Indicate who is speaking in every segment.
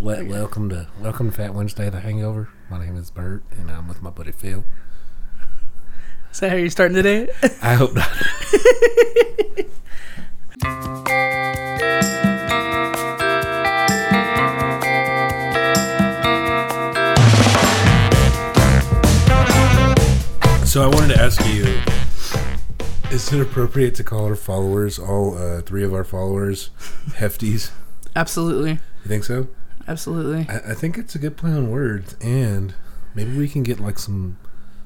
Speaker 1: Well, welcome to welcome to Fat Wednesday, The Hangover. My name is Bert, and I'm with my buddy Phil.
Speaker 2: Is that how you're starting today?
Speaker 1: I hope not. so I wanted to ask you: Is it appropriate to call our followers, all uh, three of our followers, hefties?
Speaker 2: Absolutely.
Speaker 1: You think so?
Speaker 2: Absolutely.
Speaker 1: I, I think it's a good play on words, and maybe we can get like some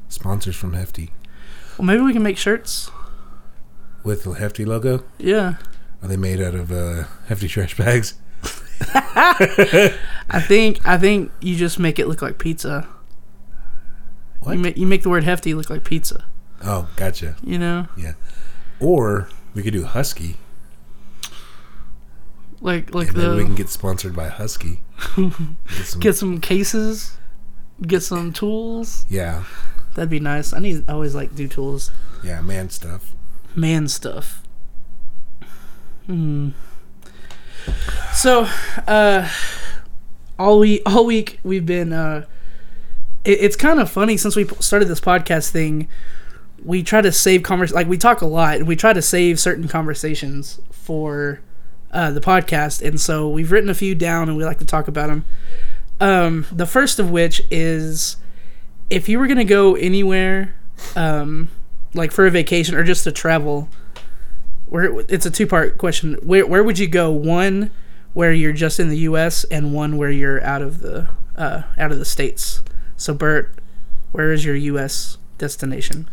Speaker 1: sponsors from Hefty
Speaker 2: Well, maybe we can make shirts.
Speaker 1: with the Hefty logo.
Speaker 2: Yeah.
Speaker 1: Are they made out of uh, hefty trash bags?
Speaker 2: I think I think you just make it look like pizza.
Speaker 1: What?
Speaker 2: You, ma- you make the word hefty look like pizza,
Speaker 1: Oh, gotcha.
Speaker 2: you know?
Speaker 1: Or we could do Husky.
Speaker 2: Like like
Speaker 1: And then we
Speaker 2: the
Speaker 1: can get sponsored by Husky. Get some-
Speaker 2: get some cases, get some tools.
Speaker 1: yeah,
Speaker 2: That'd be nice. I need I always like do tools.
Speaker 1: yeah, man stuff.
Speaker 2: Man stuff. Hmm. So, uh all we all week we've been uh it, it's kind of funny since we p- started this podcast thing we try to save convers like we talk a lot and we try to save certain conversations for uh, the podcast and so we've written a few down and we like to talk about them um, the first of which is if you were going to go anywhere um, like for a vacation or just to travel where it's a two part question where, where would you go one where you're just in the us and one where you're out of the uh, out of the states so bert where is your us destination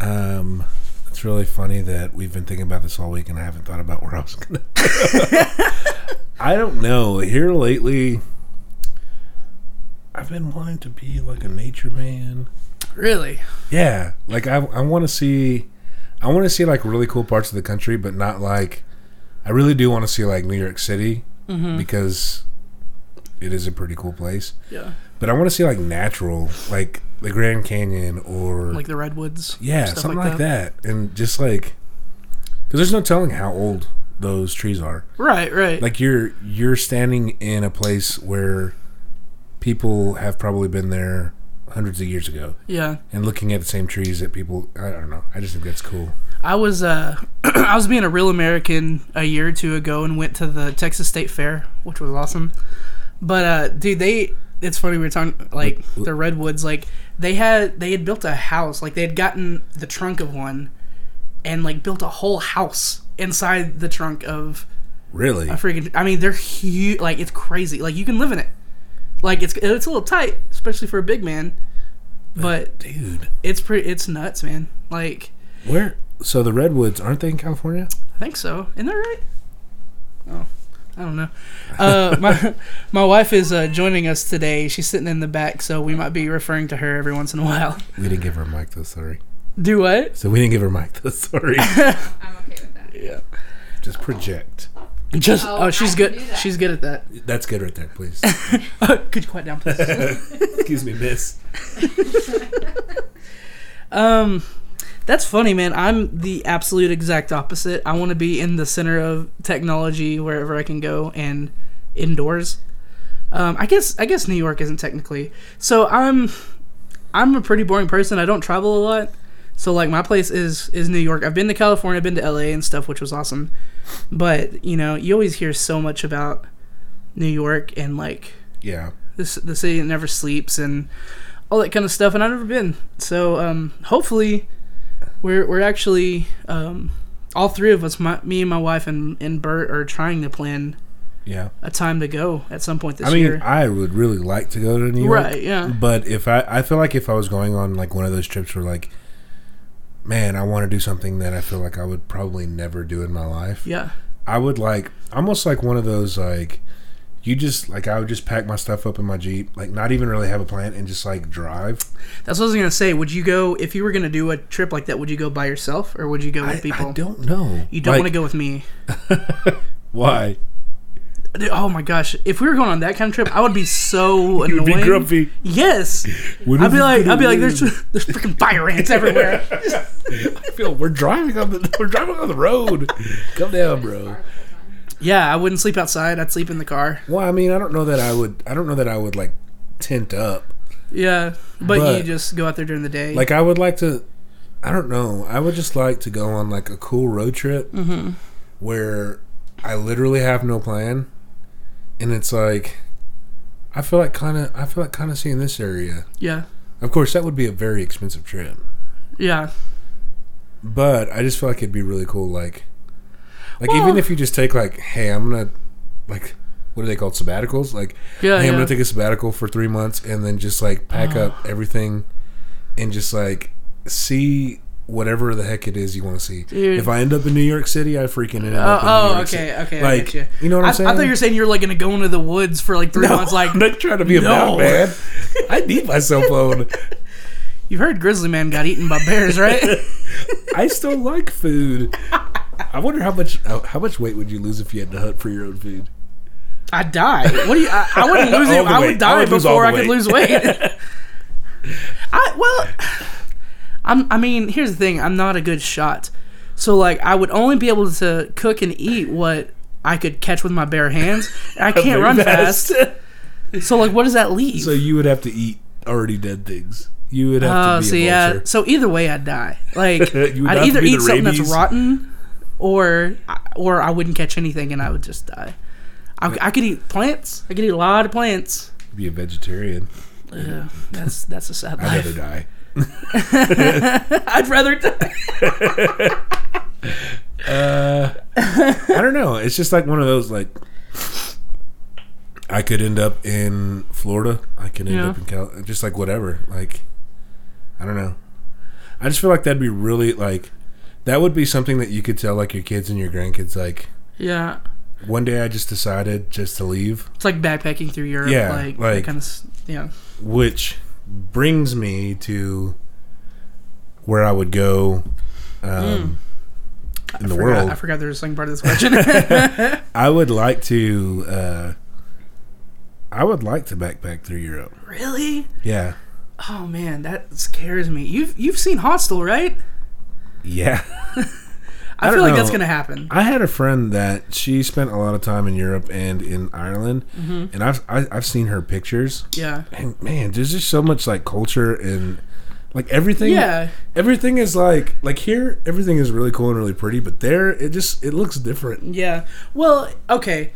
Speaker 1: Um, it's really funny that we've been thinking about this all week, and I haven't thought about where I was gonna. I don't know. Here lately, I've been wanting to be like a nature man.
Speaker 2: Really?
Speaker 1: Yeah, like I I want to see, I want to see like really cool parts of the country, but not like, I really do want to see like New York City
Speaker 2: Mm-hmm.
Speaker 1: because it is a pretty cool place.
Speaker 2: Yeah.
Speaker 1: But I want to see like natural, like the Grand Canyon or
Speaker 2: Like the redwoods.
Speaker 1: yeah,
Speaker 2: stuff
Speaker 1: something
Speaker 2: like
Speaker 1: like, that. and just like, because there's no telling how old those trees are.
Speaker 2: Right, right.
Speaker 1: Like you're you're standing in a place where people have probably been there hundreds of years ago
Speaker 2: yeah.
Speaker 1: and looking at the same trees that people I don't know. I just think that's cool.
Speaker 2: I was uh I was being a real American a year or two ago and went to the Texas State Fair, which was awesome. But uh dude, they it's funny we were talking like the redwoods like they had they had built a house, like they had gotten the trunk of one and like built a whole house inside the trunk of
Speaker 1: Really?
Speaker 2: a freaking I mean, they're huge like it's crazy. Like you can live in it. Like it's it's a little tight, especially for a big man. But
Speaker 1: Dude.
Speaker 2: it's pretty it's nuts man like
Speaker 1: Where so the redwoods aren't they in California?
Speaker 2: i think so isn't that right oh i don't know uh my my wife is uh joining us today she's sitting in the back so we might be referring to her every once in a while
Speaker 1: We didn't give her a mic though, sorry.
Speaker 2: do what
Speaker 1: So we didn't give her a mic though, sorry.
Speaker 3: I'm okay with that.
Speaker 2: yeah
Speaker 1: just project.
Speaker 2: just
Speaker 3: Oh,
Speaker 2: oh, she's
Speaker 3: I can
Speaker 2: good
Speaker 3: do that.
Speaker 2: she's good at that
Speaker 1: That's good right there, please.
Speaker 2: could you quiet down please
Speaker 1: Excuse me, miss.
Speaker 2: Um, that's funny, man. I'm the absolute exact opposite. I want to be in the center of technology wherever I can go and indoors. Um, I guess I guess New York isn't technically. So I'm I'm a pretty boring person. I don't travel a lot. So like my place is is New York. I've been to California, I've been to LA and stuff, which was awesome. But, you know, you always hear so much about New York and like
Speaker 1: Yeah.
Speaker 2: this the city that never sleeps and all that kind of stuff and I've never been. So um, hopefully we're we're actually um, all three of us, my, me and my wife and, and Bert are trying to plan
Speaker 1: Yeah.
Speaker 2: a time to go at some point this
Speaker 1: I mean,
Speaker 2: year.
Speaker 1: I would really like to go to New York.
Speaker 2: right, yeah.
Speaker 1: But if I, I feel like if I was going on like one of those trips where like, man, I want to do something that I feel like I would probably never do in my life.
Speaker 2: Yeah.
Speaker 1: I would like almost like one of those like, you just like I would just pack my stuff up in my jeep, like not even really have a plan, and just like drive.
Speaker 2: That's what I was gonna say. Would you go if you were gonna do a trip like that, would you go by yourself or would you go with
Speaker 1: I,
Speaker 2: people?
Speaker 1: I don't know.
Speaker 2: you don't want to go with me.
Speaker 1: Why?
Speaker 2: Dude, Oh my gosh! If we were going on that kind of trip, I would be so annoyed.
Speaker 1: You'd be grumpy.
Speaker 2: Yes, I'd be like, I'd be like, there's there's freaking fire ants everywhere.
Speaker 1: I feel we're driving on the we're driving on the road. Come down, bro.
Speaker 2: Yeah, I wouldn't sleep outside. I'd sleep in the car.
Speaker 1: Well, I mean, I don't know that I would. I don't know that I would like tent up.
Speaker 2: Yeah, but,
Speaker 1: But-
Speaker 2: you just go out there during the day.
Speaker 1: Like I would like to. I don't know. I would just like to go on like a cool road trip where I literally have no plan, and it's like I feel like kind of. I feel like kind of seeing this area.
Speaker 2: yeah,
Speaker 1: Of course, that would be a very expensive trip,
Speaker 2: yeah,
Speaker 1: but I just feel like it'd be really cool. Like, like even
Speaker 2: Well-
Speaker 1: if you just take like, hey, I'm gonna like. What are they called? Sabbaticals? Like,
Speaker 2: yeah.
Speaker 1: hey, I'm
Speaker 2: Oh, yeah.
Speaker 1: gonna take a sabbatical for three months and then just like pack
Speaker 2: Oh.
Speaker 1: up everything and just like see whatever the heck it is you want to see.
Speaker 2: Dude.
Speaker 1: If I end up in New York City, I freaking end
Speaker 2: oh,
Speaker 1: up. in New
Speaker 2: oh,
Speaker 1: York
Speaker 2: okay, okay.
Speaker 1: City.
Speaker 2: I
Speaker 1: Like,
Speaker 2: get you.
Speaker 1: know what
Speaker 2: I,
Speaker 1: I'm
Speaker 2: I
Speaker 1: saying?
Speaker 2: thought you were saying you're like gonna go into the woods for like three months. Like
Speaker 1: I'm not trying to be
Speaker 2: No.
Speaker 1: a bad man. I need my cell phone.
Speaker 2: you've heard, Grizzly Man got eaten by bears, right?
Speaker 1: I still like food. I wonder how much how how much weight would you lose if you had to hunt for your own food?
Speaker 2: I die. What do you? I, I wouldn't lose
Speaker 1: All
Speaker 2: it.
Speaker 1: the
Speaker 2: I
Speaker 1: weight.
Speaker 2: would die
Speaker 1: I would lose all
Speaker 2: before
Speaker 1: the
Speaker 2: I could
Speaker 1: weight.
Speaker 2: lose weight. I well, I'm. I mean, here's the thing. I'm not a good shot. So like, I would only be able to cook and eat what I could catch with my bare hands. I can't
Speaker 1: Very
Speaker 2: run fast. So like, what does that leave?
Speaker 1: so you would have to eat already dead things. You would have
Speaker 2: Oh,
Speaker 1: to be
Speaker 2: so
Speaker 1: a
Speaker 2: yeah.
Speaker 1: vulture.
Speaker 2: So either way, I'd die. Like
Speaker 1: You would have
Speaker 2: I'd
Speaker 1: to
Speaker 2: either
Speaker 1: be
Speaker 2: eat
Speaker 1: the
Speaker 2: something that's
Speaker 1: rabies.
Speaker 2: rotten, or or I wouldn't catch anything and I would just die. I, I could eat plants. I could eat a lot of plants.
Speaker 1: Be a vegetarian.
Speaker 2: Yeah, that's that's a sad
Speaker 1: I'd
Speaker 2: life.
Speaker 1: rather die.
Speaker 2: I'd rather die.
Speaker 1: I don't know. It's just like one of those like I could end up in Florida. I could end
Speaker 2: Yeah.
Speaker 1: up in Cal. Just like whatever. Like I don't know. I just feel like that'd be really like that would be something that you could tell like your kids and your grandkids. Like
Speaker 2: Yeah,
Speaker 1: one day I just decided just to leave,
Speaker 2: it's like backpacking through Europe.
Speaker 1: Yeah,
Speaker 2: like,
Speaker 1: like-
Speaker 2: kind of yeah.
Speaker 1: which brings me to where I would go um, in the
Speaker 2: Mm. I forgot,
Speaker 1: world.
Speaker 2: I forgot there was something part of this question.
Speaker 1: I would like to. Uh, I would like to backpack through Europe.
Speaker 2: really?
Speaker 1: Yeah.
Speaker 2: Oh man, that scares me. You've you've seen Hostel, right?
Speaker 1: Yeah.
Speaker 2: I,
Speaker 1: I
Speaker 2: feel
Speaker 1: don't
Speaker 2: like that's
Speaker 1: know.
Speaker 2: gonna happen.
Speaker 1: I had a friend that she spent a lot of time in Europe and in Ireland,
Speaker 2: Mm-hmm.
Speaker 1: and I've I, I've seen her pictures.
Speaker 2: Yeah.
Speaker 1: And man, there's just so much like culture and like everything.
Speaker 2: Yeah.
Speaker 1: Everything is like like here, everything is really cool and really pretty, but there it just it looks different.
Speaker 2: Yeah. Well, okay.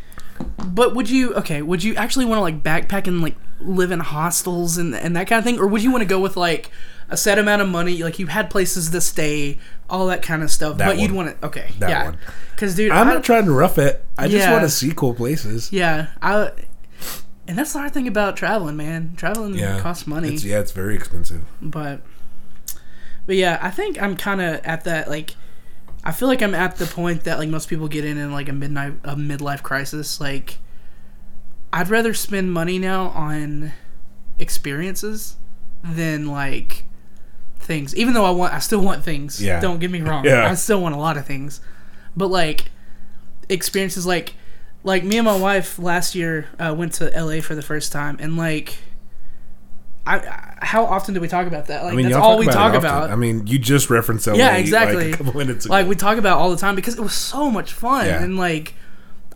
Speaker 2: But would you okay, would you actually want to like backpack and like live in hostels and and that kind of thing or would you want to go with like a set amount of money, like you had places to stay, all that kind of stuff,
Speaker 1: That
Speaker 2: but you'd
Speaker 1: one.
Speaker 2: want to okay,
Speaker 1: That
Speaker 2: yeah.
Speaker 1: one.
Speaker 2: Cuz dude,
Speaker 1: I'm
Speaker 2: I-
Speaker 1: not trying to rough it. I just
Speaker 2: Yeah.
Speaker 1: want to see cool places.
Speaker 2: yeah, I and that's the hard thing about traveling, man. Traveling costs money.
Speaker 1: It's, yeah, it's very expensive.
Speaker 2: but but yeah i think i'm kind of at that like i feel like i'm at the point that like most people get in in like a midnight a midlife crisis like i'd rather spend money now on experiences than like things even though i want i still want things
Speaker 1: Yeah.
Speaker 2: don't get me wrong
Speaker 1: Yeah.
Speaker 2: i still want a lot of things but like experiences like like me and my wife last year uh, went to la for the first time and like I, I how often do we talk about that like
Speaker 1: I mean,
Speaker 2: that's
Speaker 1: y'all
Speaker 2: all we
Speaker 1: it
Speaker 2: talk
Speaker 1: often.
Speaker 2: about
Speaker 1: I mean, you just referenced LA
Speaker 2: Yeah,
Speaker 1: like,
Speaker 2: exactly.
Speaker 1: a couple minutes ago.
Speaker 2: like we talk about it all the time because it was so much fun
Speaker 1: Yeah.
Speaker 2: and like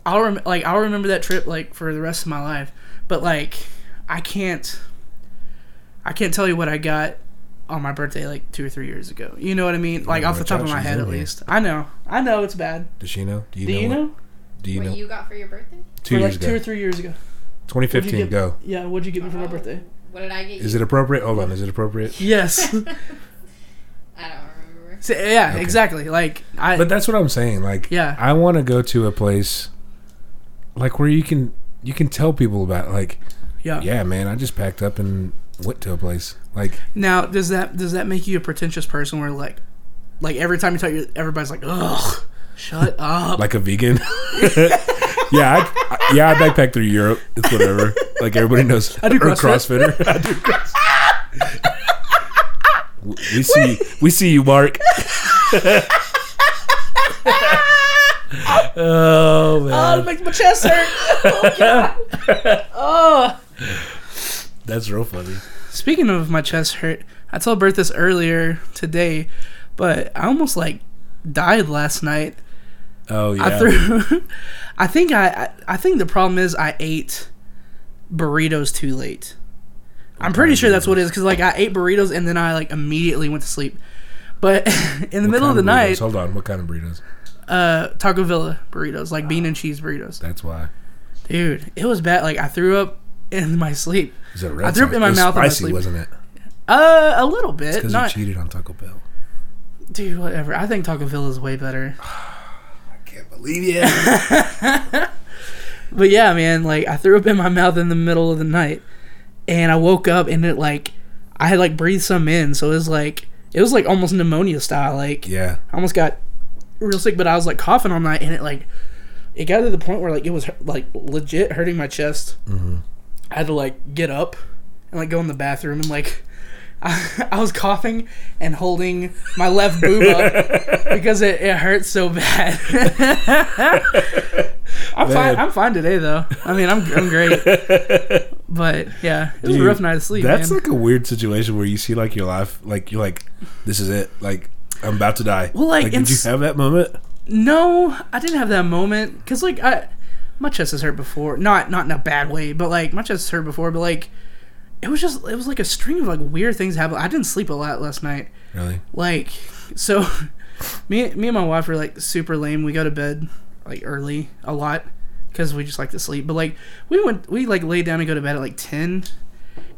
Speaker 2: I'll rem- like I'll remember that trip like for the rest of my life but like I can't I can't tell you what I got on my birthday like 2 or 3 years ago you know what I mean like
Speaker 1: know
Speaker 2: off the
Speaker 1: what
Speaker 2: top of my
Speaker 1: Josh is
Speaker 2: head at
Speaker 1: in here.
Speaker 2: least I know I know it's bad
Speaker 1: Does she know?
Speaker 2: do you
Speaker 1: what-
Speaker 2: know
Speaker 1: Do you
Speaker 3: what
Speaker 1: know?
Speaker 3: you got for your birthday?
Speaker 1: Two
Speaker 2: Or,
Speaker 1: years
Speaker 2: like 2 or
Speaker 1: ago.
Speaker 2: 3 years ago What'd you
Speaker 1: 2015,
Speaker 2: get-
Speaker 1: go.
Speaker 2: yeah what'd you get me
Speaker 1: Uh,
Speaker 2: for my birthday
Speaker 3: What did I get
Speaker 1: Is
Speaker 3: you?
Speaker 1: it appropriate? Hold on, is it appropriate?
Speaker 2: yes
Speaker 3: I don't remember.
Speaker 2: So, yeah
Speaker 1: Okay.
Speaker 2: exactly like I
Speaker 1: But that's what I'm saying. Like,
Speaker 2: Yeah.
Speaker 1: I want to go to a place like where you can you can tell people about like,
Speaker 2: yeah.
Speaker 1: yeah, man, I just packed up and went to a place. Like,
Speaker 2: Now, does that does that make you a pretentious person? Where like, like every time you talk, you're- everybody's like, "Ugh, shut up."
Speaker 1: like a vegan. yeah, I, I- yeah, I backpack through Europe. It's whatever. like everybody knows. I
Speaker 2: do CrossFit.
Speaker 1: CrossFitter. I do CrossFit. we see we see you, Mark. oh man,
Speaker 2: oh, it makes my chest hurt. oh, God. Oh.
Speaker 1: that's real funny.
Speaker 2: Speaking of my chest hurt, I told Bert this earlier today, but I almost like died last night.
Speaker 1: Oh yeah.
Speaker 2: I threw. I think I, I. I think the problem is I ate burritos too late. I'm pretty sure that's what it is because like I ate burritos and then I like immediately went to sleep. But in the
Speaker 1: What
Speaker 2: middle of
Speaker 1: kind
Speaker 2: the
Speaker 1: burritos?
Speaker 2: night,
Speaker 1: Hold on. What kind of burritos?
Speaker 2: uh, Taco Villa burritos, like bean and cheese burritos.
Speaker 1: That's why.
Speaker 2: Dude, it was bad. Like I threw up in my sleep.
Speaker 1: Is that red
Speaker 2: I threw up
Speaker 1: sauce?
Speaker 2: in my
Speaker 1: It was
Speaker 2: mouth in my
Speaker 1: Spicy,
Speaker 2: sleep.
Speaker 1: wasn't it?
Speaker 2: Uh, a little bit.
Speaker 1: Because you
Speaker 2: Not,
Speaker 1: cheated on Taco Bell.
Speaker 2: dude, whatever. I think Taco Villa is way better.
Speaker 1: I can't believe you.
Speaker 2: But yeah, man, like I threw up in my mouth in the middle of the night, and I woke up and it like I had like breathed some in, so it was like it was like almost pneumonia style. Like
Speaker 1: yeah.
Speaker 2: I almost got real sick, but I was like coughing all night, and it like it got to the point where like it was like legit hurting my chest.
Speaker 1: Mm-hmm.
Speaker 2: I had to like get up and like go in the bathroom and like. I, I was coughing and holding my left boob up because it, it hurt so bad. I'm
Speaker 1: Man.
Speaker 2: fine. I'm fine today though. I mean, I'm I'm great. But yeah, it was a
Speaker 1: Dude,
Speaker 2: rough night of sleep.
Speaker 1: That's
Speaker 2: man.
Speaker 1: like a weird situation where you see like your life, like you're like, this is it. Like I'm about to die.
Speaker 2: Well, like,
Speaker 1: did you
Speaker 2: it's-
Speaker 1: have that moment?
Speaker 2: No, I didn't have that moment because like I, my chest has hurt before. Not not in a bad way, but like my chest has hurt before. But like, it was just it was like a string of like weird things happened. I didn't sleep a lot last night.
Speaker 1: Really?
Speaker 2: Like, so me me and my wife were like super lame. We go to bed like early a lot because we just like to sleep. But like we went we like lay down and go to bed at like ten.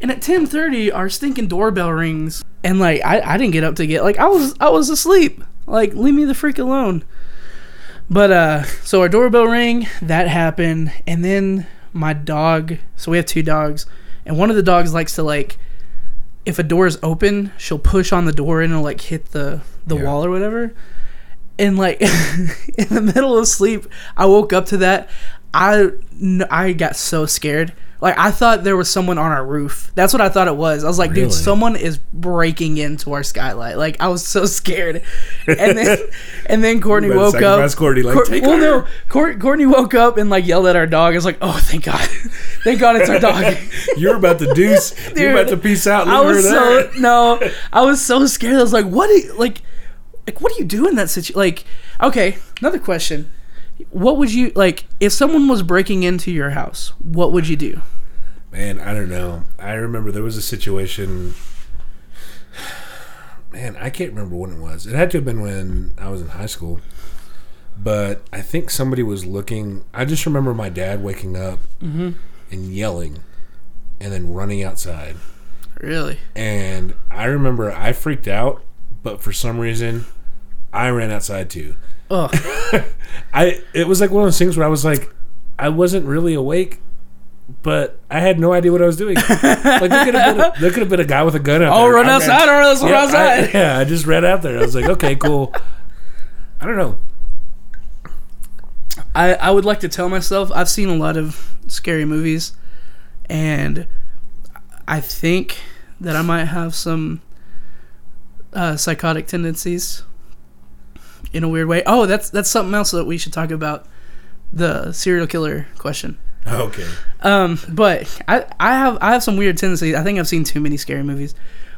Speaker 2: And at ten thirty, our stinking doorbell rings, and like I, I didn't get up to get like I was I was asleep. Like leave me the freak alone. But uh, so our doorbell rang. That happened, and then my dog. So we have two dogs, and one of the dogs likes to like, if a door is open, she'll push on the door and it'll like hit the the
Speaker 1: Yeah.
Speaker 2: wall or whatever. And like in the middle of sleep, I woke up to that. I kn- I got so scared. Like I thought there was someone on our roof. That's what I thought it was. I was like,
Speaker 1: Really?
Speaker 2: dude, someone is breaking into our skylight. Like I was so scared. And then and then Courtney
Speaker 1: better
Speaker 2: woke up.
Speaker 1: sacrifice Courtney, like,
Speaker 2: Cour-
Speaker 1: "Take
Speaker 2: well,
Speaker 1: her."
Speaker 2: no, Court- Courtney woke up and like yelled at our dog. I was like, oh, thank God, thank God it's our dog.
Speaker 1: You're about to deuce. you're about to peace out.
Speaker 2: I
Speaker 1: leave her
Speaker 2: was
Speaker 1: there.
Speaker 2: so no, I was so scared. I was like, what? Are you, like, like what do you do in that situation? Like, okay, another question. What would you like if someone was breaking into your house? What would you do?
Speaker 1: Man, I don't know. I remember there was a situation. Man, I can't remember when it was. It had to have been when I was in high school. But I think somebody was looking. I just remember my dad waking up
Speaker 2: Mm-hmm.
Speaker 1: and yelling and then running outside.
Speaker 2: Really?
Speaker 1: And I remember I freaked out, but for some reason, I ran outside too.
Speaker 2: Oh,
Speaker 1: I it was like one of those things where I was like, I wasn't really awake, but I had no idea what I was doing. like there could have been a, there could have been a guy with a gun out
Speaker 2: oh,
Speaker 1: there.
Speaker 2: run
Speaker 1: I
Speaker 2: outside! Run outside!
Speaker 1: yeah,
Speaker 2: Run outside!
Speaker 1: I, yeah, I just ran out there. I was like, okay, cool. I don't know.
Speaker 2: I, I would like to tell myself I've seen a lot of scary movies, and I think that I might have some uh, psychotic tendencies in a weird way. Oh, that's that's something else that we should talk about the serial killer question.
Speaker 1: Okay.
Speaker 2: Um, but I I have I have some weird tendencies. I think I've seen too many scary movies,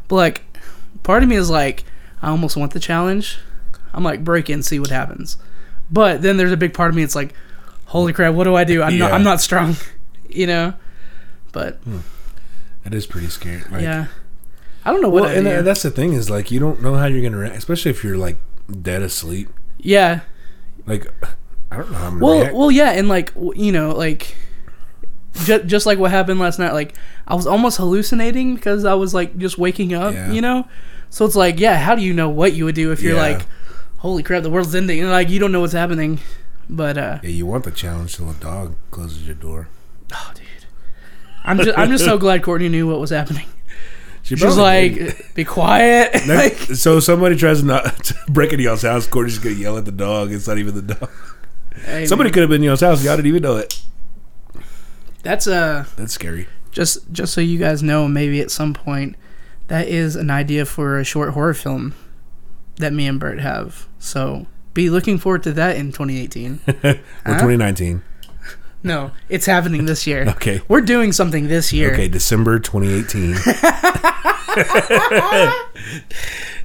Speaker 2: but like part of me is like I almost want the challenge. I'm like break in, see what happens. But then there's a big part of me. It's like, holy crap, what do I do? I'm not
Speaker 1: Yeah.
Speaker 2: I'm not strong, you know. But
Speaker 1: That is pretty scary. Like,
Speaker 2: yeah, I don't know what.
Speaker 1: Well, and,
Speaker 2: I do.
Speaker 1: and that's the thing is like you don't know how you're gonna react, especially if you're like dead asleep.
Speaker 2: yeah.
Speaker 1: Like I don't know how I'm gonna
Speaker 2: Well,
Speaker 1: react.
Speaker 2: well, yeah, and like w- you know, like ju- just like what happened last night. Like I was almost hallucinating because I was like just waking up,
Speaker 1: Yeah.
Speaker 2: you know. So it's like, yeah, how do you know what you would do if you're
Speaker 1: Yeah.
Speaker 2: like, holy crap, the world's ending, and like you don't know what's happening. But uh,
Speaker 1: yeah, you want the challenge till a dog closes your door.
Speaker 2: oh, dude, I'm just I'm just so glad Courtney knew what was happening. She was
Speaker 1: probably
Speaker 2: like,
Speaker 1: didn't.
Speaker 2: be quiet. like,
Speaker 1: Next- so somebody tries to not to break into y'all's house. Courtney's gonna yell at the dog. It's not even the dog.
Speaker 2: hey,
Speaker 1: Somebody could have been in y'all's house. Y'all didn't even know it.
Speaker 2: that's uh
Speaker 1: That's scary.
Speaker 2: just just so you guys know, maybe at some point, that is an idea for a short horror film that me and Bert have. So be looking forward to that in 2018.
Speaker 1: We're 2019.
Speaker 2: no, it's happening this year.
Speaker 1: Okay.
Speaker 2: We're doing something this year.
Speaker 1: Okay, December 2018.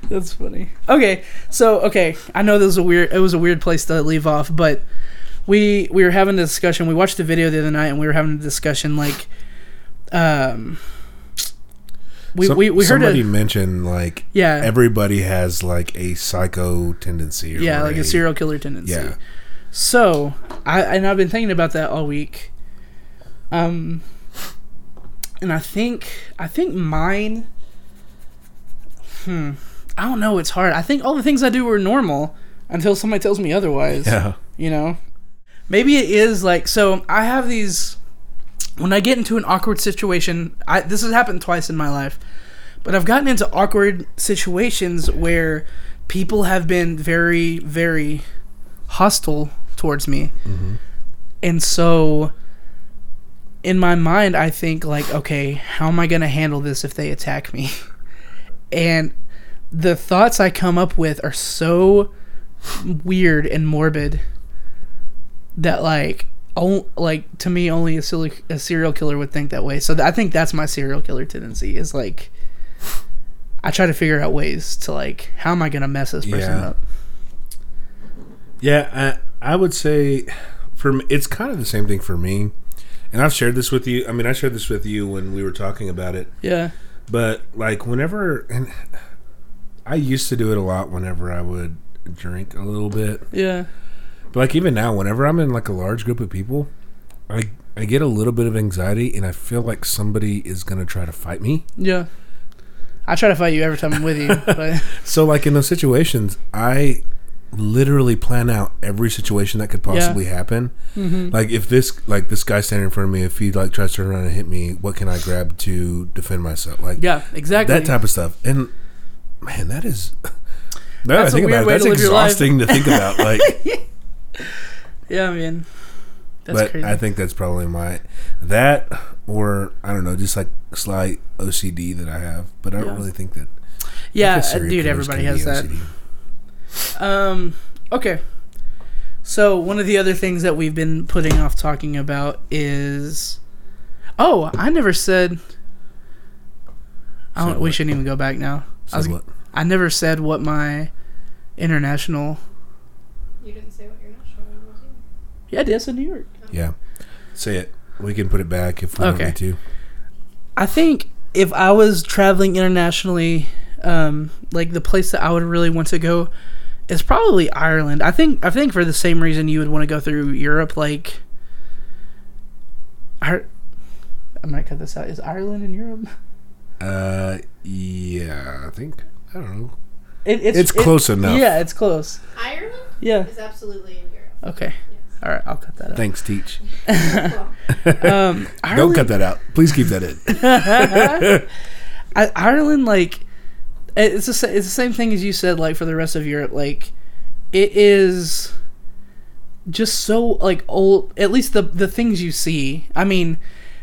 Speaker 2: That's funny. Okay, so okay, I know this is a weird. It was a weird place to leave off, but we we were having a discussion. We watched the video the other night, and we were having a discussion like, um, we
Speaker 1: Some-
Speaker 2: we, we heard
Speaker 1: somebody
Speaker 2: a
Speaker 1: mentioned like
Speaker 2: yeah
Speaker 1: everybody has like a psycho tendency. Or
Speaker 2: yeah like a
Speaker 1: a
Speaker 2: serial killer tendency.
Speaker 1: Yeah,
Speaker 2: So I and I've been thinking about that all week, um, and I think I think mine. Hmm, I don't know. It's hard. I think all the things I do were normal until somebody tells me otherwise
Speaker 1: yeah.
Speaker 2: you know maybe it is like so i have these when i get into an awkward situation i this has happened twice in my life but i've gotten into awkward situations where people have been very very hostile towards me and so in my mind i think like okay how am i going to handle this if they attack me and the thoughts i come up with are so weird and morbid that like oh like to me only a, silly, a serial killer would think that way so th- i think that's my serial killer tendency is like i try to figure out ways to like how am i gonna mess this person
Speaker 1: Yeah.
Speaker 2: up
Speaker 1: Yeah, I, I would say for me, it's kind of the same thing for me. And I've shared this with you. I mean, I shared this with you when we were talking about it.
Speaker 2: yeah
Speaker 1: But like whenever and I used to do it a lot whenever I would drink a little bit.
Speaker 2: yeah
Speaker 1: But like even now whenever I'm in like a large group of people, I I get a little bit of anxiety and I feel like somebody is going to try to fight me.
Speaker 2: yeah i try to fight you every time i'm with you but
Speaker 1: So like in those situations, I literally plan out every situation that could possibly happen. Like if this like this guy standing in front of me, if he like tries to turn around and hit me, what can I grab to defend myself? Like
Speaker 2: yeah exactly
Speaker 1: that type of stuff. And man, that is now that I
Speaker 2: That's a
Speaker 1: think about
Speaker 2: weird
Speaker 1: it, that's
Speaker 2: way to live your life.
Speaker 1: exhausting to think about. Like
Speaker 2: yeah man that's
Speaker 1: but
Speaker 2: crazy
Speaker 1: I think that's probably my that or I don't know, just like slight OCD that I have. But I don't
Speaker 2: Yeah.
Speaker 1: really think that I
Speaker 2: yeah
Speaker 1: guess
Speaker 2: uh,
Speaker 1: serial
Speaker 2: dude
Speaker 1: killers
Speaker 2: everybody
Speaker 1: can be
Speaker 2: has that
Speaker 1: OCD.
Speaker 2: Um. Okay. So one of the other things that we've been putting off talking about is, oh, I never said. I
Speaker 1: Said
Speaker 2: don't, we
Speaker 1: what?
Speaker 2: shouldn't even go back now. I, was,
Speaker 1: So what?
Speaker 2: I never said what my international.
Speaker 3: You didn't say what your national one was either.
Speaker 2: Yeah, that's in New York.
Speaker 1: Yeah. Say it. We can put it back if we
Speaker 2: Okay.
Speaker 1: don't need to.
Speaker 2: I think if I was traveling internationally, um, like the place that I would really want to go is probably Ireland. I think I think for the same reason you would want to go through Europe, like. I, I might cut this out. Is Ireland in Europe?
Speaker 1: Uh, yeah, I think. I don't know.
Speaker 2: It,
Speaker 1: It's close enough.
Speaker 2: Yeah, it's close.
Speaker 3: Ireland
Speaker 2: Yeah.
Speaker 3: is absolutely in Europe.
Speaker 2: Okay. All right, I'll cut that out.
Speaker 1: Thanks, Teach.
Speaker 3: Yes. Well,
Speaker 2: Um,
Speaker 1: Don't
Speaker 2: Ireland,
Speaker 1: cut that out. Please keep that in.
Speaker 2: I, Ireland, like, it- it's the, sa- it's the same thing as you said, like, for the rest of Europe. Like, it is just so, like, old. At least the, the things you see. I mean,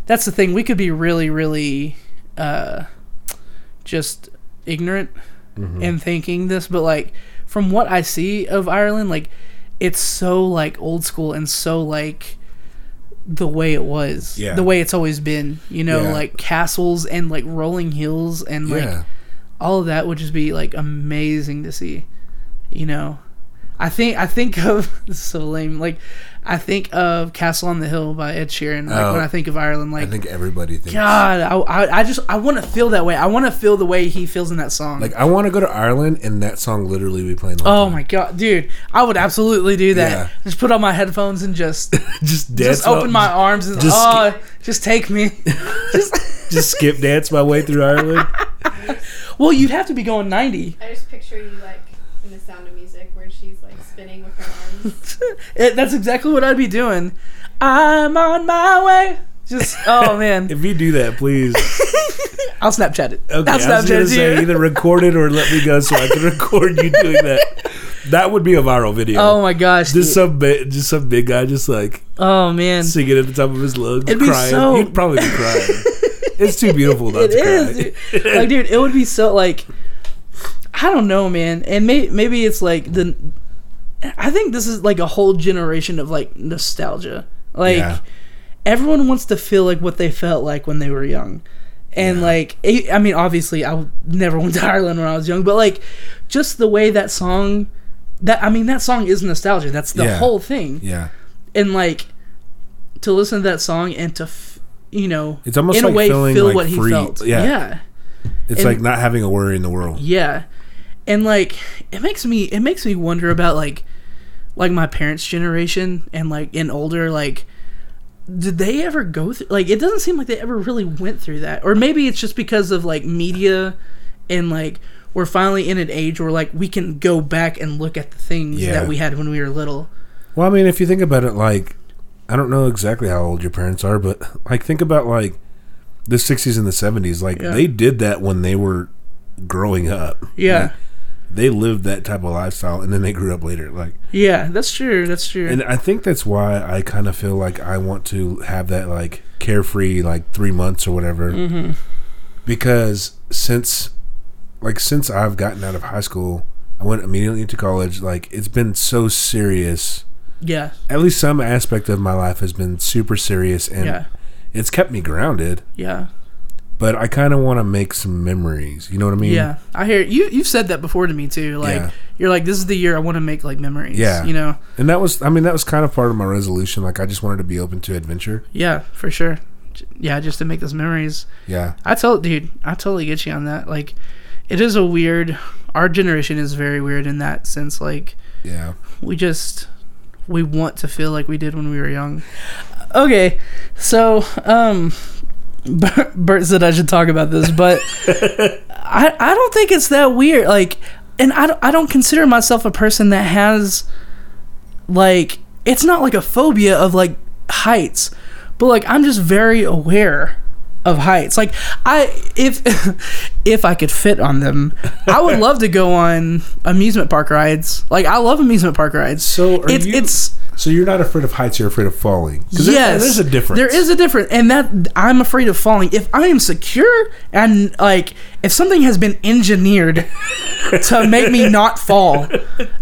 Speaker 2: that's the thing. We could be really, really uh, just ignorant
Speaker 1: Mm-hmm.
Speaker 2: in thinking this, but, like, from what I see of Ireland, like, it's so, like, old school and so, like, the way it was.
Speaker 1: Yeah.
Speaker 2: The way it's always been, you know,
Speaker 1: Yeah.
Speaker 2: like, castles and, like, rolling hills and, like,
Speaker 1: yeah.
Speaker 2: all of that would just be like amazing to see you know i think i think of this is so lame like i think of castle on the hill by ed sheeran like
Speaker 1: Oh.
Speaker 2: when i think of ireland
Speaker 1: I
Speaker 2: like
Speaker 1: think everybody thinks.
Speaker 2: god I, I, I just i want to feel that way i want to feel the way he feels in that song
Speaker 1: Like, I want to go to Ireland, and that song literally be playing. the whole
Speaker 2: oh
Speaker 1: time.
Speaker 2: my god dude i would absolutely do that
Speaker 1: Yeah.
Speaker 2: just put on my headphones and just
Speaker 1: Just dance.
Speaker 2: just open my arms and
Speaker 1: just
Speaker 2: oh just take me just
Speaker 1: Just skip dance my way through Ireland.
Speaker 2: well you'd have to be going 90
Speaker 3: I just picture you like in the sound of music where she's like spinning with her arms.
Speaker 2: it, that's exactly what I'd be doing. I'm on my way. Just oh man,
Speaker 1: If you do that, please.
Speaker 2: I'll Snapchat it.
Speaker 1: Okay,
Speaker 2: I'll
Speaker 1: I was gonna
Speaker 2: Snapchat
Speaker 1: say
Speaker 2: it. to you.
Speaker 1: either record it or let me go so I can record you doing that. That would be a viral video.
Speaker 2: Oh my
Speaker 1: just
Speaker 2: gosh. dude.
Speaker 1: some bi- just some big guy just like
Speaker 2: oh man.
Speaker 1: singing at the top of his lungs,
Speaker 2: It'd be
Speaker 1: crying.
Speaker 2: so-
Speaker 1: He'd probably be crying. it's too beautiful not
Speaker 2: It
Speaker 1: to
Speaker 2: is.
Speaker 1: cry.
Speaker 2: Dude. Like dude, it would be so like I don't know, man. And may, maybe it's like the I think this is like a whole generation of like nostalgia. Like
Speaker 1: Yeah.
Speaker 2: everyone wants to feel like what they felt like when they were young. and like it, I mean, obviously, I never went to Ireland when I was young, but like just the way that song. That I mean, that song is nostalgia. That's the
Speaker 1: Yeah.
Speaker 2: whole thing.
Speaker 1: Yeah.
Speaker 2: And like to listen to that song and to, f- you know,
Speaker 1: It's almost
Speaker 2: in
Speaker 1: like
Speaker 2: a way
Speaker 1: feeling
Speaker 2: feel
Speaker 1: like
Speaker 2: what he
Speaker 1: free.
Speaker 2: felt.
Speaker 1: Yeah.
Speaker 2: yeah.
Speaker 1: It's
Speaker 2: And-
Speaker 1: like not having a worry in the world.
Speaker 2: Yeah. And like it makes me it makes me wonder about like like my parents' generation and like and older like did they ever go through like it doesn't seem like they ever really went through that or maybe it's just because of like media and like we're finally in an age where like we can go back and look at the things
Speaker 1: Yeah.
Speaker 2: that we had when we were little.
Speaker 1: Well, I mean, if you think about it, like, I don't know exactly how old your parents are, but like, think about like the 60s and the 70s. Like,
Speaker 2: Yeah.
Speaker 1: they did that when they were growing up.
Speaker 2: Yeah.
Speaker 1: They lived that type of lifestyle and then they grew up later. Like,
Speaker 2: Yeah, that's true. That's true.
Speaker 1: and I think that's why I kind of feel like I want to have that like carefree, like three months or whatever.
Speaker 2: Mhm.
Speaker 1: Because since, like, since I've gotten out of high school, I went immediately into college. Like, it's been so serious
Speaker 2: yeah.
Speaker 1: at least some aspect of my life has been super serious and
Speaker 2: Yeah.
Speaker 1: it's kept me grounded
Speaker 2: Yeah.
Speaker 1: but i kind of want to make some memories you know what i mean
Speaker 2: Yeah, I hear you. You've said that before to me too. Like
Speaker 1: Yeah.
Speaker 2: you're like, this is the year I want to make like memories.
Speaker 1: Yeah.
Speaker 2: you know.
Speaker 1: and that was i mean that was kind of part of my resolution like i just wanted to be open to adventure
Speaker 2: Yeah, for sure. J- Yeah, just to make those memories.
Speaker 1: yeah
Speaker 2: I tell dude, I totally get you on that. Like, it is a weird. Our generation is very weird in that sense. Like,
Speaker 1: yeah
Speaker 2: we just we want to feel like we did when we were young. Okay, so um, Bert, Bert said I should talk about this, but I I don't think it's that weird. Like, and I don't- I don't consider myself a person that has like it's not like a phobia of like heights, but like I'm just very aware of heights. Like I if if I could fit on them, I would love to go on amusement park rides. Like I love amusement park rides.
Speaker 1: So are
Speaker 2: it's
Speaker 1: you-
Speaker 2: it's
Speaker 1: so you're not afraid of heights you're afraid of falling 'Cause there-
Speaker 2: yes,
Speaker 1: there's a difference
Speaker 2: There is a difference, and that I'm afraid of falling. If I am secure and like if something has been engineered to make me not fall,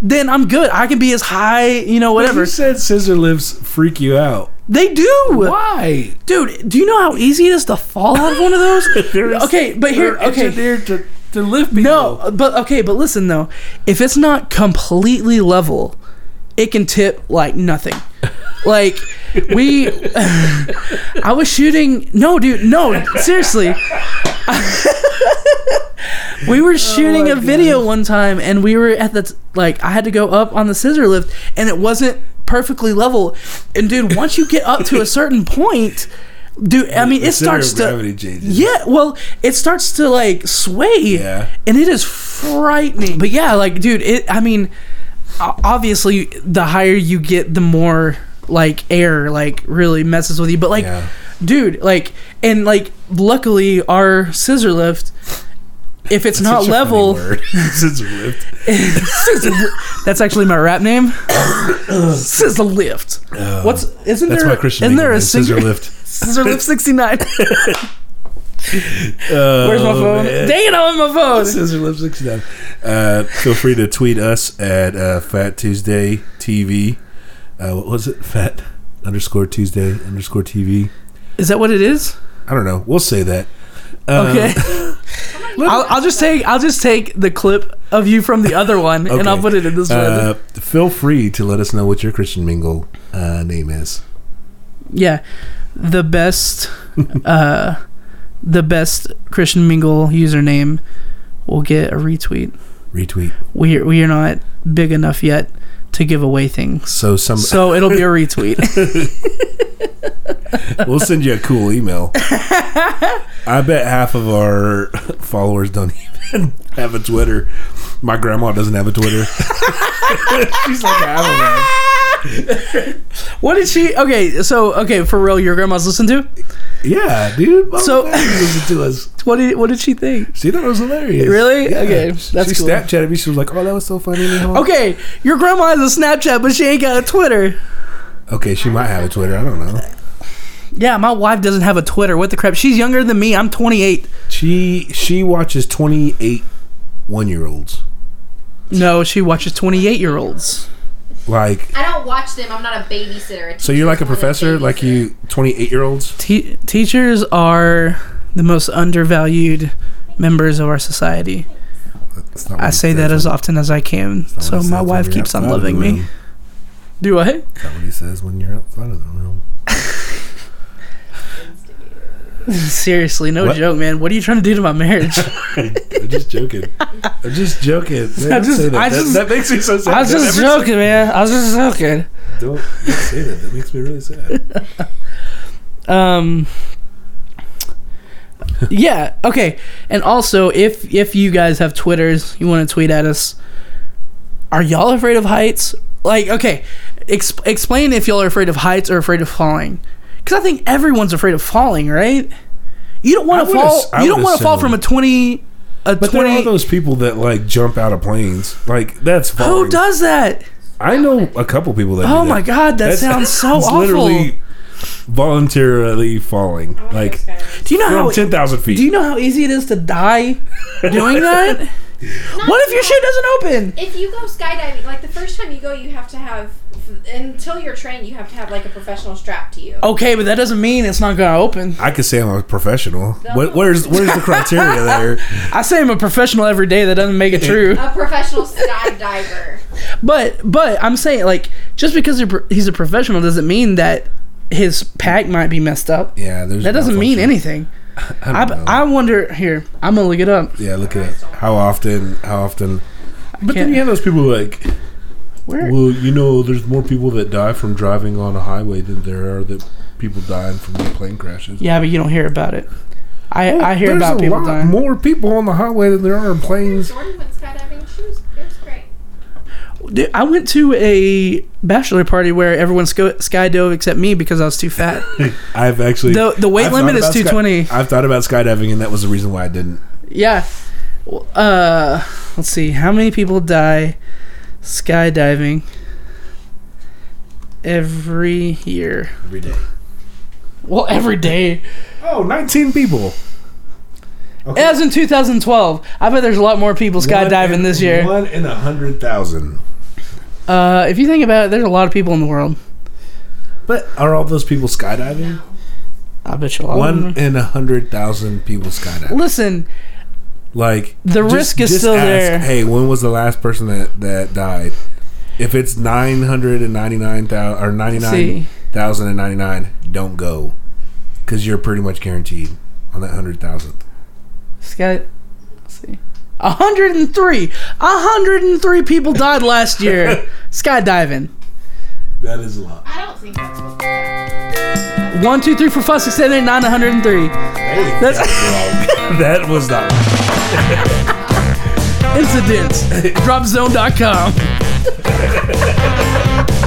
Speaker 2: then I'm good. I can be as high, you know,
Speaker 1: you
Speaker 2: whatever.
Speaker 1: said scissor lifts freak you out
Speaker 2: They do.
Speaker 1: why
Speaker 2: Dude, do you know how easy it is to fall out of one of those?
Speaker 1: There is-
Speaker 2: okay, but here,
Speaker 1: They're
Speaker 2: okay,
Speaker 1: engineered to, to lift people
Speaker 2: no, uh, but okay, but listen though, if it's not completely level, it can tip like nothing. Like we, I was shooting. No, dude, no, seriously. we
Speaker 1: Oh
Speaker 2: were shooting a video one time, and we were at the t- like I had to go up on the scissor lift, and it wasn't perfectly level. And dude, once you get up to a certain point, dude, I mean,
Speaker 1: The
Speaker 2: it
Speaker 1: center of
Speaker 2: starts to
Speaker 1: gravity changes.
Speaker 2: yeah, well, it starts to like sway.
Speaker 1: Yeah.
Speaker 2: And it is frightening. But yeah, like, dude, it, I mean, o- obviously, the higher you get, the more like air, like, really messes with you. But like,
Speaker 1: Yeah.
Speaker 2: dude, like, and like, luckily, our scissor lift, if it's not
Speaker 1: Such a funny
Speaker 2: level,
Speaker 1: word. scissor lift
Speaker 2: that's actually my rap name. scissor lift. What's isn't
Speaker 1: Oh. that's
Speaker 2: there?
Speaker 1: my christian
Speaker 2: isn't
Speaker 1: name,
Speaker 2: there a
Speaker 1: man, scissor
Speaker 2: singer-
Speaker 1: lift
Speaker 2: Scissor lift sixty nine.
Speaker 1: Oh,
Speaker 2: Where's my phone?
Speaker 1: man.
Speaker 2: Dang it, I'm on my phone.
Speaker 1: Scissor Lip 69. Uh, feel free to tweet us at uh, Fat Tuesday TV. Uh, what was it? Fat underscore Tuesday underscore TV.
Speaker 2: Is that what it is?
Speaker 1: I don't know. We'll say that. Um,
Speaker 2: Okay. I'll, I'll just take I'll just take the clip of you from the other one and I'll
Speaker 1: Okay.
Speaker 2: put it in this one.
Speaker 1: Uh, feel free to let us know what your Christian mingle uh, name is.
Speaker 2: Yeah, the best, uh, the best Christian Mingle username will get a retweet.
Speaker 1: Retweet.
Speaker 2: We we are not big enough yet to give away things,
Speaker 1: So some
Speaker 2: so it'll be a retweet.
Speaker 1: we'll send you a cool email. I bet half of our followers don't even have a Twitter. My grandma doesn't have a Twitter. She's like, I don't know.
Speaker 2: what did she? Okay, so okay for real, your grandma's listened to.
Speaker 1: Yeah, dude. My so
Speaker 2: So-
Speaker 1: listen to us.
Speaker 2: What did what did she think?
Speaker 1: She thought it was hilarious.
Speaker 2: Really?
Speaker 1: Yeah.
Speaker 2: Okay,
Speaker 1: She-
Speaker 2: that's
Speaker 1: she
Speaker 2: cool.
Speaker 1: Snapchatted me. She was like, "Oh, that was so funny." Nicole."
Speaker 2: Okay, your grandma has a Snapchat, but she ain't got a Twitter.
Speaker 1: Okay, she might have a Twitter. I don't know.
Speaker 2: Yeah, my wife doesn't have a Twitter. What the crap? She's younger than me. I'm 28.
Speaker 1: She she watches twenty eight one year olds.
Speaker 2: No, she watches 28 year olds.
Speaker 1: Like,
Speaker 4: I don't watch them. I'm not a babysitter.
Speaker 1: so you're like a professor, like you twenty eight year olds.
Speaker 2: Te- teachers are the most undervalued members of our society.
Speaker 1: That's not what
Speaker 2: I
Speaker 1: he
Speaker 2: say
Speaker 1: says.
Speaker 2: that as often as I can,
Speaker 1: That's not
Speaker 2: so
Speaker 1: what he
Speaker 2: my
Speaker 1: says when
Speaker 2: wife
Speaker 1: you're
Speaker 2: keeps on
Speaker 1: outside of the
Speaker 2: loving me.
Speaker 1: room.
Speaker 2: Do I?
Speaker 1: That's not what he says when you're outside of the room.
Speaker 3: Instigator.
Speaker 2: Seriously, no
Speaker 1: What?
Speaker 2: joke, man. What are you trying to do to my marriage?
Speaker 1: I'm just joking. I'm just joking. Man,
Speaker 2: I
Speaker 1: don't
Speaker 2: just-
Speaker 1: say that.
Speaker 2: I
Speaker 1: That-
Speaker 2: just-
Speaker 1: that makes me so sad.
Speaker 2: I was
Speaker 1: Don't
Speaker 2: just
Speaker 1: ever say-
Speaker 2: joking, man. I was just joking.
Speaker 1: Don't, don't say that. That makes me really sad.
Speaker 2: Um. yeah. Okay. And also, if if you guys have Twitters, you want to tweet at us. Are y'all afraid of heights? Like, okay, exp- explain if y'all are afraid of heights or afraid of falling. Because I think everyone's afraid of falling, right? You don't
Speaker 1: I
Speaker 2: want to
Speaker 1: would
Speaker 2: fall.
Speaker 1: ass- I
Speaker 2: you
Speaker 1: would
Speaker 2: don't want to fall
Speaker 1: assume.
Speaker 2: from a twenty. A
Speaker 1: But there
Speaker 2: twenty.
Speaker 1: are those people that like jump out of planes. Like that's falling.
Speaker 2: Who does that?
Speaker 1: I know a couple people that.
Speaker 2: Oh
Speaker 1: do
Speaker 2: my
Speaker 1: that.
Speaker 2: god, that
Speaker 1: That's-
Speaker 2: sounds so
Speaker 1: it's
Speaker 2: awful.
Speaker 1: Literally voluntarily falling,
Speaker 3: I wanna go
Speaker 1: like
Speaker 3: skydiving.
Speaker 2: do you know how
Speaker 1: from ten thousand feet.
Speaker 2: Do you know how easy it is to die doing that? what if your shit doesn't open?
Speaker 3: If you go skydiving, like the first time you go, you have to have until you're trained, you have to have like a professional strap to you.
Speaker 2: Okay, but that doesn't mean it's not gonna open.
Speaker 1: I could say I'm a professional.
Speaker 3: No.
Speaker 1: Where, where's where's the criteria there?
Speaker 2: I say I'm a professional every day. That doesn't make it true.
Speaker 3: A professional skydiver.
Speaker 2: But but I'm saying like just because you're pro- he's a professional doesn't mean that his pack might be messed up.
Speaker 1: Yeah, there's
Speaker 2: That doesn't mean
Speaker 1: malfunction.
Speaker 2: anything. I,
Speaker 1: I, don't know.
Speaker 2: I wonder here. I'm gonna look it up.
Speaker 1: yeah, look at how often, how often. But
Speaker 2: can't-
Speaker 1: then you have those people like,
Speaker 2: Where?
Speaker 1: well, you know, there's more people that die from driving on a highway than there are that people dying from plane crashes.
Speaker 2: Yeah, but you don't hear about it. I I hear
Speaker 1: There's
Speaker 2: about
Speaker 1: a
Speaker 2: people
Speaker 1: lot
Speaker 2: dying.
Speaker 1: More people on the highway than there are in planes.
Speaker 3: Jordan went skydiving. She was, it was great.
Speaker 2: Dude, I went to a bachelor party where everyone sco- skydove except me because I was too fat.
Speaker 1: I've actually
Speaker 2: The- the weight
Speaker 1: I've
Speaker 2: limit
Speaker 1: thought
Speaker 2: is
Speaker 1: about sky-
Speaker 2: 220.
Speaker 1: I've thought about skydiving, and that was the reason why I didn't.
Speaker 2: yeah. Uh, let's see. How many people die skydiving every year?
Speaker 1: Every day.
Speaker 2: Well, every day.
Speaker 1: Oh, 19 people. Okay.
Speaker 2: As in 2012. I bet there's a lot more people skydiving
Speaker 1: One in-
Speaker 2: this year.
Speaker 1: One in a hundred thousand.
Speaker 2: Uh, if you think about it, there's a lot of people in the world.
Speaker 1: But are all those people
Speaker 2: Mm-hmm.
Speaker 1: skydiving?
Speaker 2: I bet you a lot. of them.
Speaker 1: One in a hundred thousand people skydiving.
Speaker 2: Listen,
Speaker 1: Like
Speaker 2: The risk is still there.
Speaker 1: Hey, when was the last person that that died? If it's nine hundred and ninety nine thousand or ninety nine
Speaker 2: see.
Speaker 1: thousand and ninety nine, don't go because you're pretty much guaranteed on that hundred thousandth.
Speaker 2: Sky. Let's see. 103. 103 people died last year skydiving.
Speaker 1: That is a lot.
Speaker 3: I don't think that's what.
Speaker 2: 1, 2, 3, 4, 5, 6, 7, 8, 9, 103. That's-
Speaker 1: that was not.
Speaker 2: Incidents. Dropzone.com.